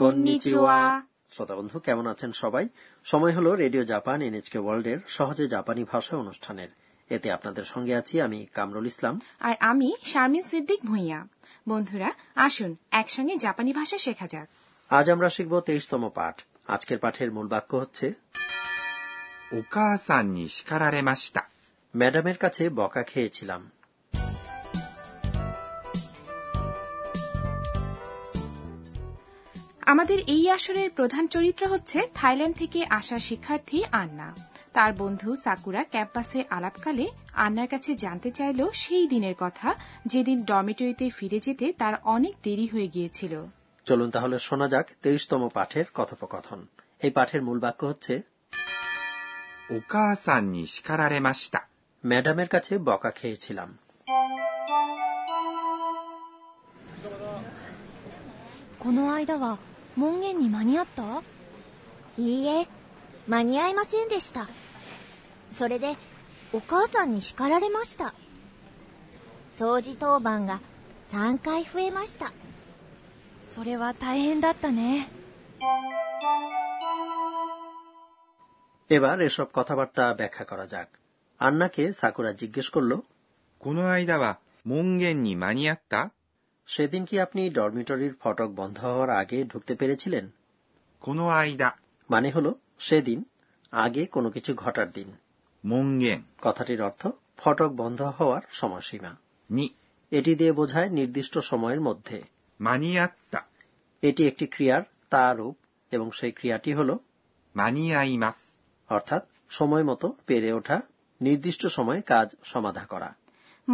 Konnichiwa. শ্রোতা বন্ধু কেমন আছেন সবাই সময় হলো রেডিও জাপান এনএচকে ওয়ার্ল্ডের সহজে জাপানি ভাষা অনুষ্ঠানের এতে আপনাদের সঙ্গে আছি আমি কামরুল ইসলাম আর আমি শারমিন সিদ্দিক ভুঁইয়া বন্ধুরা আসুন একসঙ্গে জাপানি ভাষা শেখা যাক আজ আমরা শিখব তেইশতম পাঠ আজকের পাঠের মূল বাক্য হচ্ছে お母さんに叱られました。 ম্যাডামের কাছে বকা খেয়েছিলাম あまで এই আসরের প্রধান চরিত্র হচ্ছে থাইল্যান্ড থেকে আসা শিক্ষার্থী আন্না তার বন্ধু সাকুরা ক্যাম্পাসে আলাপকালে আন্নার কাছে জানতে চাইল সেই দিনের কথা যেদিন ডরমিটরিতে ফিরে যেতে তার অনেক দেরি হয়ে গিয়েছিল চলুন তাহলে শোনা যাক তেইশতম পাঠের কথোপকথন এই পাঠের মূল বাক্য হচ্ছে お母さんに叱られました。 ম্যাডামের কাছে বকা খেয়েছিলাম この間は門限に間に合ったいいえ、間に合いませんでした。それで、お母さんに叱られました。掃除当番が3回増えました。それは大変だったね এবার এসব কথাবার্তা ব্যাখ্যা করা যাক আন্নাকে সাকুরা জিজ্ঞেস করল この間は門限に間に合った সেদিন কি আপনি ডরমিটরির ফটক বন্ধ হওয়ার আগে ঢুকতে পেরেছিলেন この間、 মানে হলো সেদিন আগে কোনো কিছু ঘটার দিন 門限 কথাটির অর্থ ফটক বন্ধ হওয়ার সময়সীমা に এটি দিয়ে বোঝায় নির্দিষ্ট সময়ের মধ্যে 間に合った。 এটি একটি ক্রিয়ার তার রূপ এবং সেই ক্রিয়াটি হল 間に合います。 অর্থাৎ সময় মতো পেরে ওঠা নির্দিষ্ট সময়ে কাজ সমাধা করা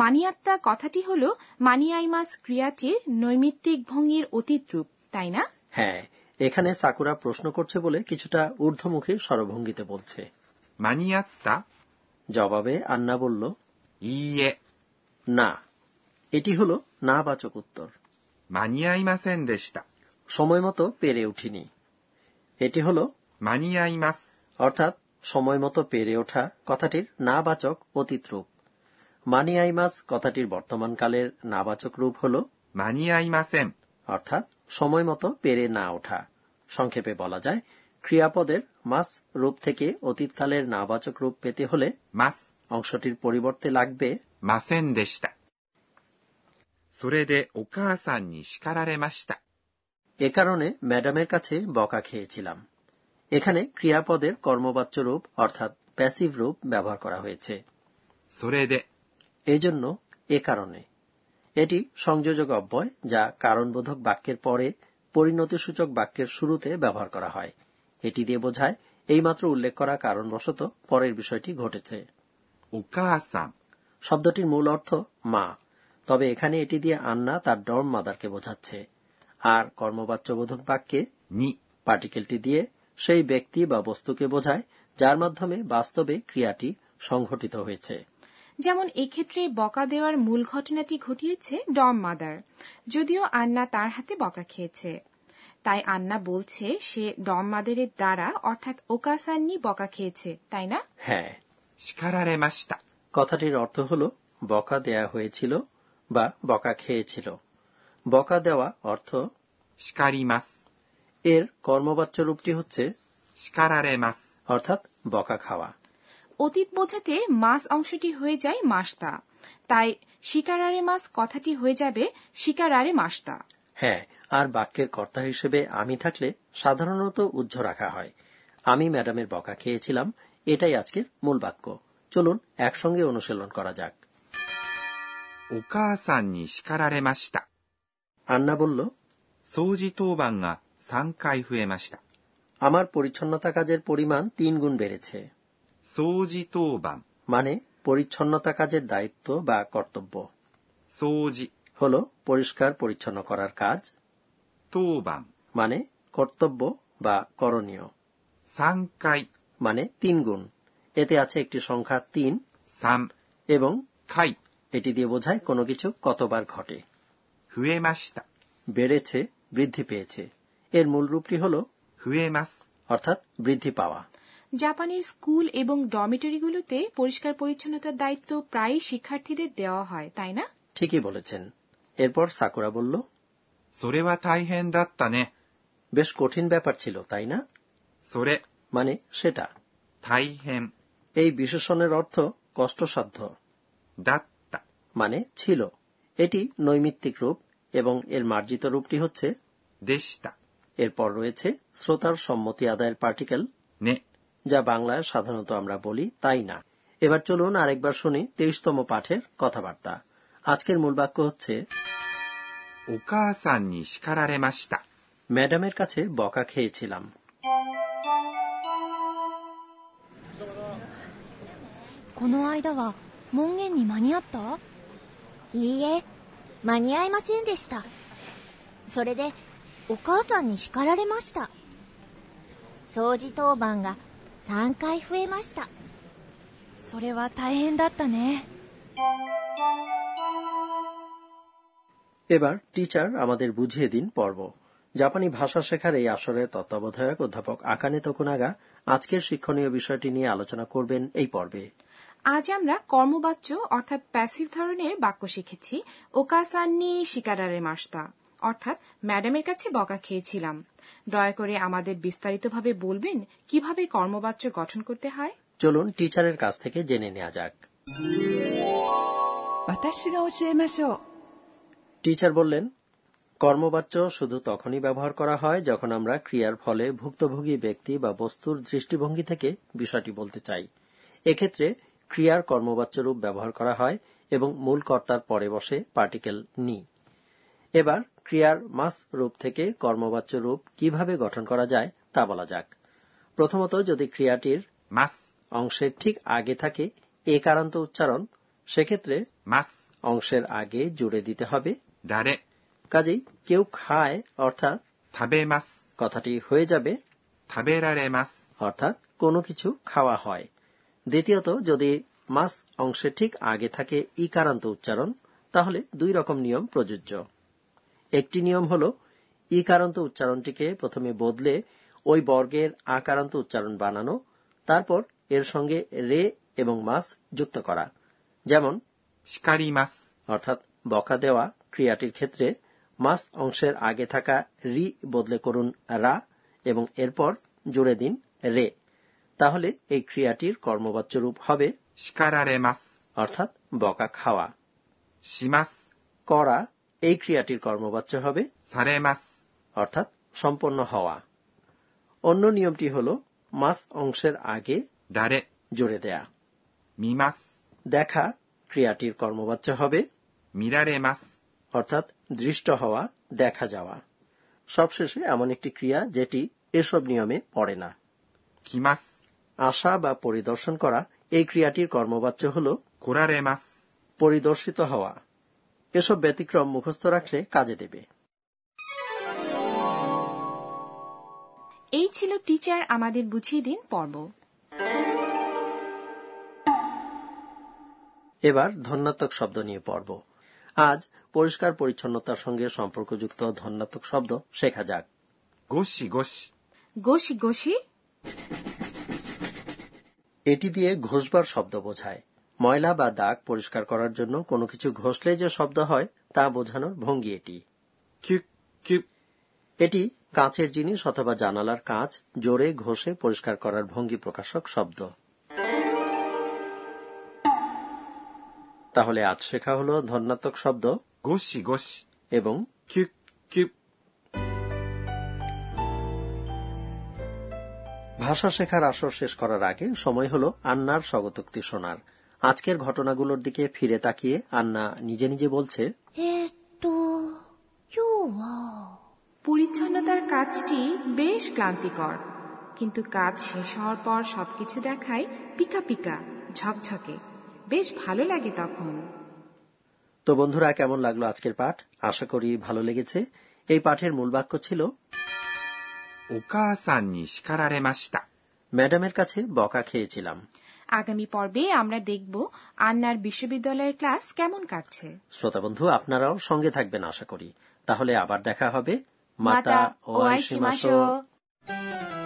মানিয়াত্তা কথাটি হল মানিয়াইমাস ক্রিয়াটির নৈমিত্তিক ভঙ্গির অতীত রূপ তাই না হ্যাঁ এখানে সাকুরা প্রশ্ন করছে বলে কিছুটা ঊর্ধ্বমুখী স্বরভঙ্গিতে বলছে 間に合った জবাবে আন্না বলল いいえ、 না এটি হল না বাচক উত্তর 間に合いませんでした。 সময় মতো পেরে উঠিনি এটি হল 間に合います。 অর্থাৎ সময় মতো পেরে ওঠা কথাটির না বাচক অতীত রূপ মানি আইমাস কথাটির বর্তমান কালের নাবাচক রূপ হল 間に合いません。 অর্থাৎ সময় মতো পেরে না ওঠা সংক্ষেপে বলা যায় ক্রিয়াপদের মাস রূপ থেকে অতীতকালের নাবাচক রূপ পেতে হলে ます。 অংশটির পরিবর্তে লাগবে ませんでした。それでお母さんに叱られました。 এ কারণে ম্যাডামের কাছে বকা খেয়েছিলাম এখানে ক্রিয়াপদের কর্মবাচ্য রূপ অর্থাৎ প্যাসিভ রূপ ব্যবহার করা হয়েছে それで、 এই জন্য এ কারণে এটি সংযোজক অব্যয় যা কারণবোধক বাক্যের পরে পরিণতিসূচক বাক্যের শুরুতে ব্যবহার করা হয় এটি দিয়ে বোঝায় এইমাত্র উল্লেখ করা কারণবশত পরের বিষয়টি ঘটেছে お母さん শব্দটির মূল অর্থ মা তবে এখানে এটি দিয়ে আন্না তার ডর্ম মাদারকে বোঝাচ্ছে আর কর্মবাচ্যবোধক বাক্যে に পার্টিকেলটি দিয়ে সেই ব্যক্তি বা বস্তুকে বোঝায় যার মাধ্যমে বাস্তবে ক্রিয়াটি সংঘটিত হয়েছে যেমন এক্ষেত্রে বকা দেওয়ার মূল ঘটনাটি ঘটিয়েছে ডম মাদার যদিও আন্না তার হাতে বকা খেয়েছে তাই আন্না বলছে সে ডম মাদারের দ্বারা অর্থাৎ ওকাসান্নি বকা খেয়েছে তাই না হ্যাঁ 叱られました。 কথাটির অর্থ হল বকা দেয়া হয়েছিল বা বকা খেয়েছিল বকা দেওয়া অর্থ 叱ります。 এর কর্মবাচ্য রূপটি হচ্ছে 叱られます。 অর্থাৎ বকা খাওয়া অতীত বোঝাতে মাস অংশটি হয়ে যায় মাস্তা তাই শিকারারে মাস কথাটি হয়ে যাবে শিকারারে মাস্তা হ্যাঁ আর বাক্যের কর্তা হিসেবে আমি থাকলে সাধারণত উজ্জ রাখা হয় আমি ম্যাডামের বকা খেয়েছিলাম এটাই আজকের মূল বাক্য চলুন একসঙ্গে অনুশীলন করা যাক お母さんに叱られました。 আন্না বলল 掃除当番が3回増えました。 আমার পরিচ্ছন্নতা কাজের পরিমাণ তিন গুণ বেড়েছে 掃除当番、 মানে পরিচ্ছন্নতা কাজের দায়িত্ব বা কর্তব্য 掃除、 হল পরিষ্কার পরিচ্ছন্ন করার কাজ 当番、 মানে কর্তব্য বা করণীয় 3回、 মানে তিন গুণ এতে আছে একটি সংখ্যা তিন 3 এবং 回、 এটি দিয়ে বোঝায় কোনো কিছু কতবার ঘটে 増えました。 বেড়েছে বৃদ্ধি পেয়েছে এর মূল রূপটি হল 増えます。 অর্থাৎ বৃদ্ধি পাওয়া জাপানের স্কুল এবং ডরমিটরিগুলোতে পরিষ্কার পরিচ্ছন্নতার দায়িত্ব প্রায়ই শিক্ষার্থীদের দেওয়া হয় তাই না ঠিকই বলেছেন এরপর সাকুরা বলল それは大変だったね。 বেশ কঠিন ব্যাপার ছিল তাই না それ মানে সেটা 大変 এই বিশেষণের অর্থ কষ্টসাধ্য だった মানে ছিল এটি নৈমিত্তিক রূপ এবং এর মার্জিত রূপটি হচ্ছে でした এরপর রয়েছে শ্রোতার সম্মতি আদায়ের পার্টিকেল ね যা বাংলায় সাধারণত আমরা বলি তাই না এবার চলুন আরেকবার শুনি তেইশতম পাঠের কথাবার্তা আজকের মূল বাক্য হচ্ছে お母さんに叱られました ম্যাডামের কাছে বকা খেয়েছিলাম この間は門限に間に合ったいいえ、間に合いませんでした。それで、お母さんに叱られました。掃除当番が3回増えました。それは大変だったね。 এবার টিচার আমাদের বুঝিয়ে দিন পর্ব জাপানি ভাষা শেখার এই আসরের তত্ত্বাবধায়ক অধ্যাপক আকানে তকুনাগা আজকের শিক্ষণীয় বিষয়টি নিয়ে আলোচনা করবেন এই পর্বে আজ আমরা কর্মবাচ্য অর্থাৎ প্যাসিভ ধরনের বাক্য শিখেছি ওকাসান্নি শিকারারে মাস্তা অর্থাৎ ম্যাডামের কাছে বকা খেয়েছিলাম দয়া করে আমাদের বিস্তারিতভাবে বলবেন কিভাবে কর্মবাচ্য গঠন করতে হয় চলুন টিচারের কাছ থেকে জেনে নেওয়া যাক 私が教えましょう টিচার বললেন কর্মবাচ্য শুধু তখনই ব্যবহার করা হয় যখন আমরা ক্রিয়ার ফলে ভুক্তভোগী ব্যক্তি বা বস্তুর দৃষ্টিভঙ্গি থেকে বিষয়টি বলতে চাই এক্ষেত্রে ক্রিয়ার কর্মবাচ্য রূপ ব্যবহার করা হয় এবং মূল কর্তার পরে বসে পার্টিকেল নি এবার ক্রিয়ার মাস রূপ থেকে কর্মবাচ্য রূপ কিভাবে গঠন করা যায় তা বলা যাক প্রথমত যদি ক্রিয়াটির ます、 অংশের ঠিক আগে থাকে একারান্ত উচ্চারণ সেক্ষেত্রে ます、 অংশের আগে জুড়ে দিতে হবে られ、 কাজেই কেউ খায় অর্থাৎ 食べます、 কথাটি হয়ে যাবে 食べられます、 অর্থাৎ কোনো কিছু খাওয়া হয় দ্বিতীয়ত যদি মাস অংশে ঠিক আগে থাকে ইকারান্ত উচ্চারণ তাহলে দুই রকম নিয়ম প্রযোজ্য একটি নিয়ম হল ইকারান্ত উচ্চারণটিকে প্রথমে বদলে ওই বর্গের আকারান্ত উচ্চারণ বানানো তারপর এর সঙ্গে রে এবং মাস যুক্ত করা যেমন 叱ります、 অর্থাৎ বকা দেওয়া ক্রিয়াটির ক্ষেত্রে মাস অংশের আগে থাকা রি বদলে করুন রা এবং এরপর জুড়ে দিন রে তাহলে এই ক্রিয়াটির কর্মবাচ্য রূপ হবে 叱られます、 অর্থাৎ বকা খাওয়া します、 করা এই ক্রিয়াটির কর্মবাচ্য হবে されます、 অর্থাৎ সম্পন্ন হওয়া অন্য নিয়মটি হল মাস অংশের আগে られ、 জুড়ে দেয়া 見ます、 দেখা ক্রিয়াটির কর্মবাচ্য হবে 見られます、 অর্থাৎ দৃষ্ট হওয়া দেখা যাওয়া সবশেষে এমন একটি ক্রিয়া যেটি এসব নিয়মে পড়ে না 来ます、 আশা বা পরিদর্শন করা এই ক্রিয়াটির কর্মবাচ্য হল 来られます、 পরিদর্শিত হওয়া এসব ব্যতিক্রম মুখস্থ রাখলে কাজে দেবে এই ছিল টিচার আমাদের বুঝিয়ে দিন পর্ব এবার ধন্যাত্মক শব্দ নিয়ে পড়ব আজ পরিষ্কার পরিচ্ছন্নতার সঙ্গে সম্পর্কযুক্ত ধন্যাত্মক শব্দ শেখা যাক ゴシゴシ、 গোশি গোশি এটি দিয়ে ঘষবার শব্দ বোঝায় ময়লা বা দাগ পরিষ্কার করার জন্য কোনো কিছু ঘষলে যে শব্দ হয় তা বোঝানোর ভঙ্গি এটি キュッキュッ、 এটি কাঁচের জিনিস অথবা জানালার কাঁচ জোরে ঘষে পরিষ্কার করার ভঙ্গি প্রকাশক শব্দ তাহলে আজ শেখা হলো ধন্যাত্মক শব্দ ゴシゴシ、 এবং キュッキュッ、 ভাষা শেখার আসর শেষ করার আগে সময় হলো আন্নার স্বগতোক্তি শোনার আজকের ঘটনাগুলোর দিকে ফিরে তাকিয়ে আন্না নিজে নিজে বলছে えーっと、今日は、 পরিচ্ছন্নতার কাজটি বেশ ক্লান্তিকর কিন্তু কাজ শেষ হওয়ার পর সবকিছু দেখায় পিকা পিকা ঝকঝকে বেশ ভালো লাগে তখন তো বন্ধুরা কেমন লাগলো আজকের পাঠ আশা করি ভালো লেগেছে এই পাঠের মূল বাক্য ছিল お母さんに叱られました。 ম্যাডামের কাছে বকা খেয়েছিলাম আগামী পর্বে আমরা দেখব আন্নার বিশ্ববিদ্যালয়ের ক্লাস কেমন কাটছে শ্রোতা বন্ধু আপনারাও সঙ্গে থাকবেন আশা করি তাহলে আবার দেখা হবে またお会いしましょう。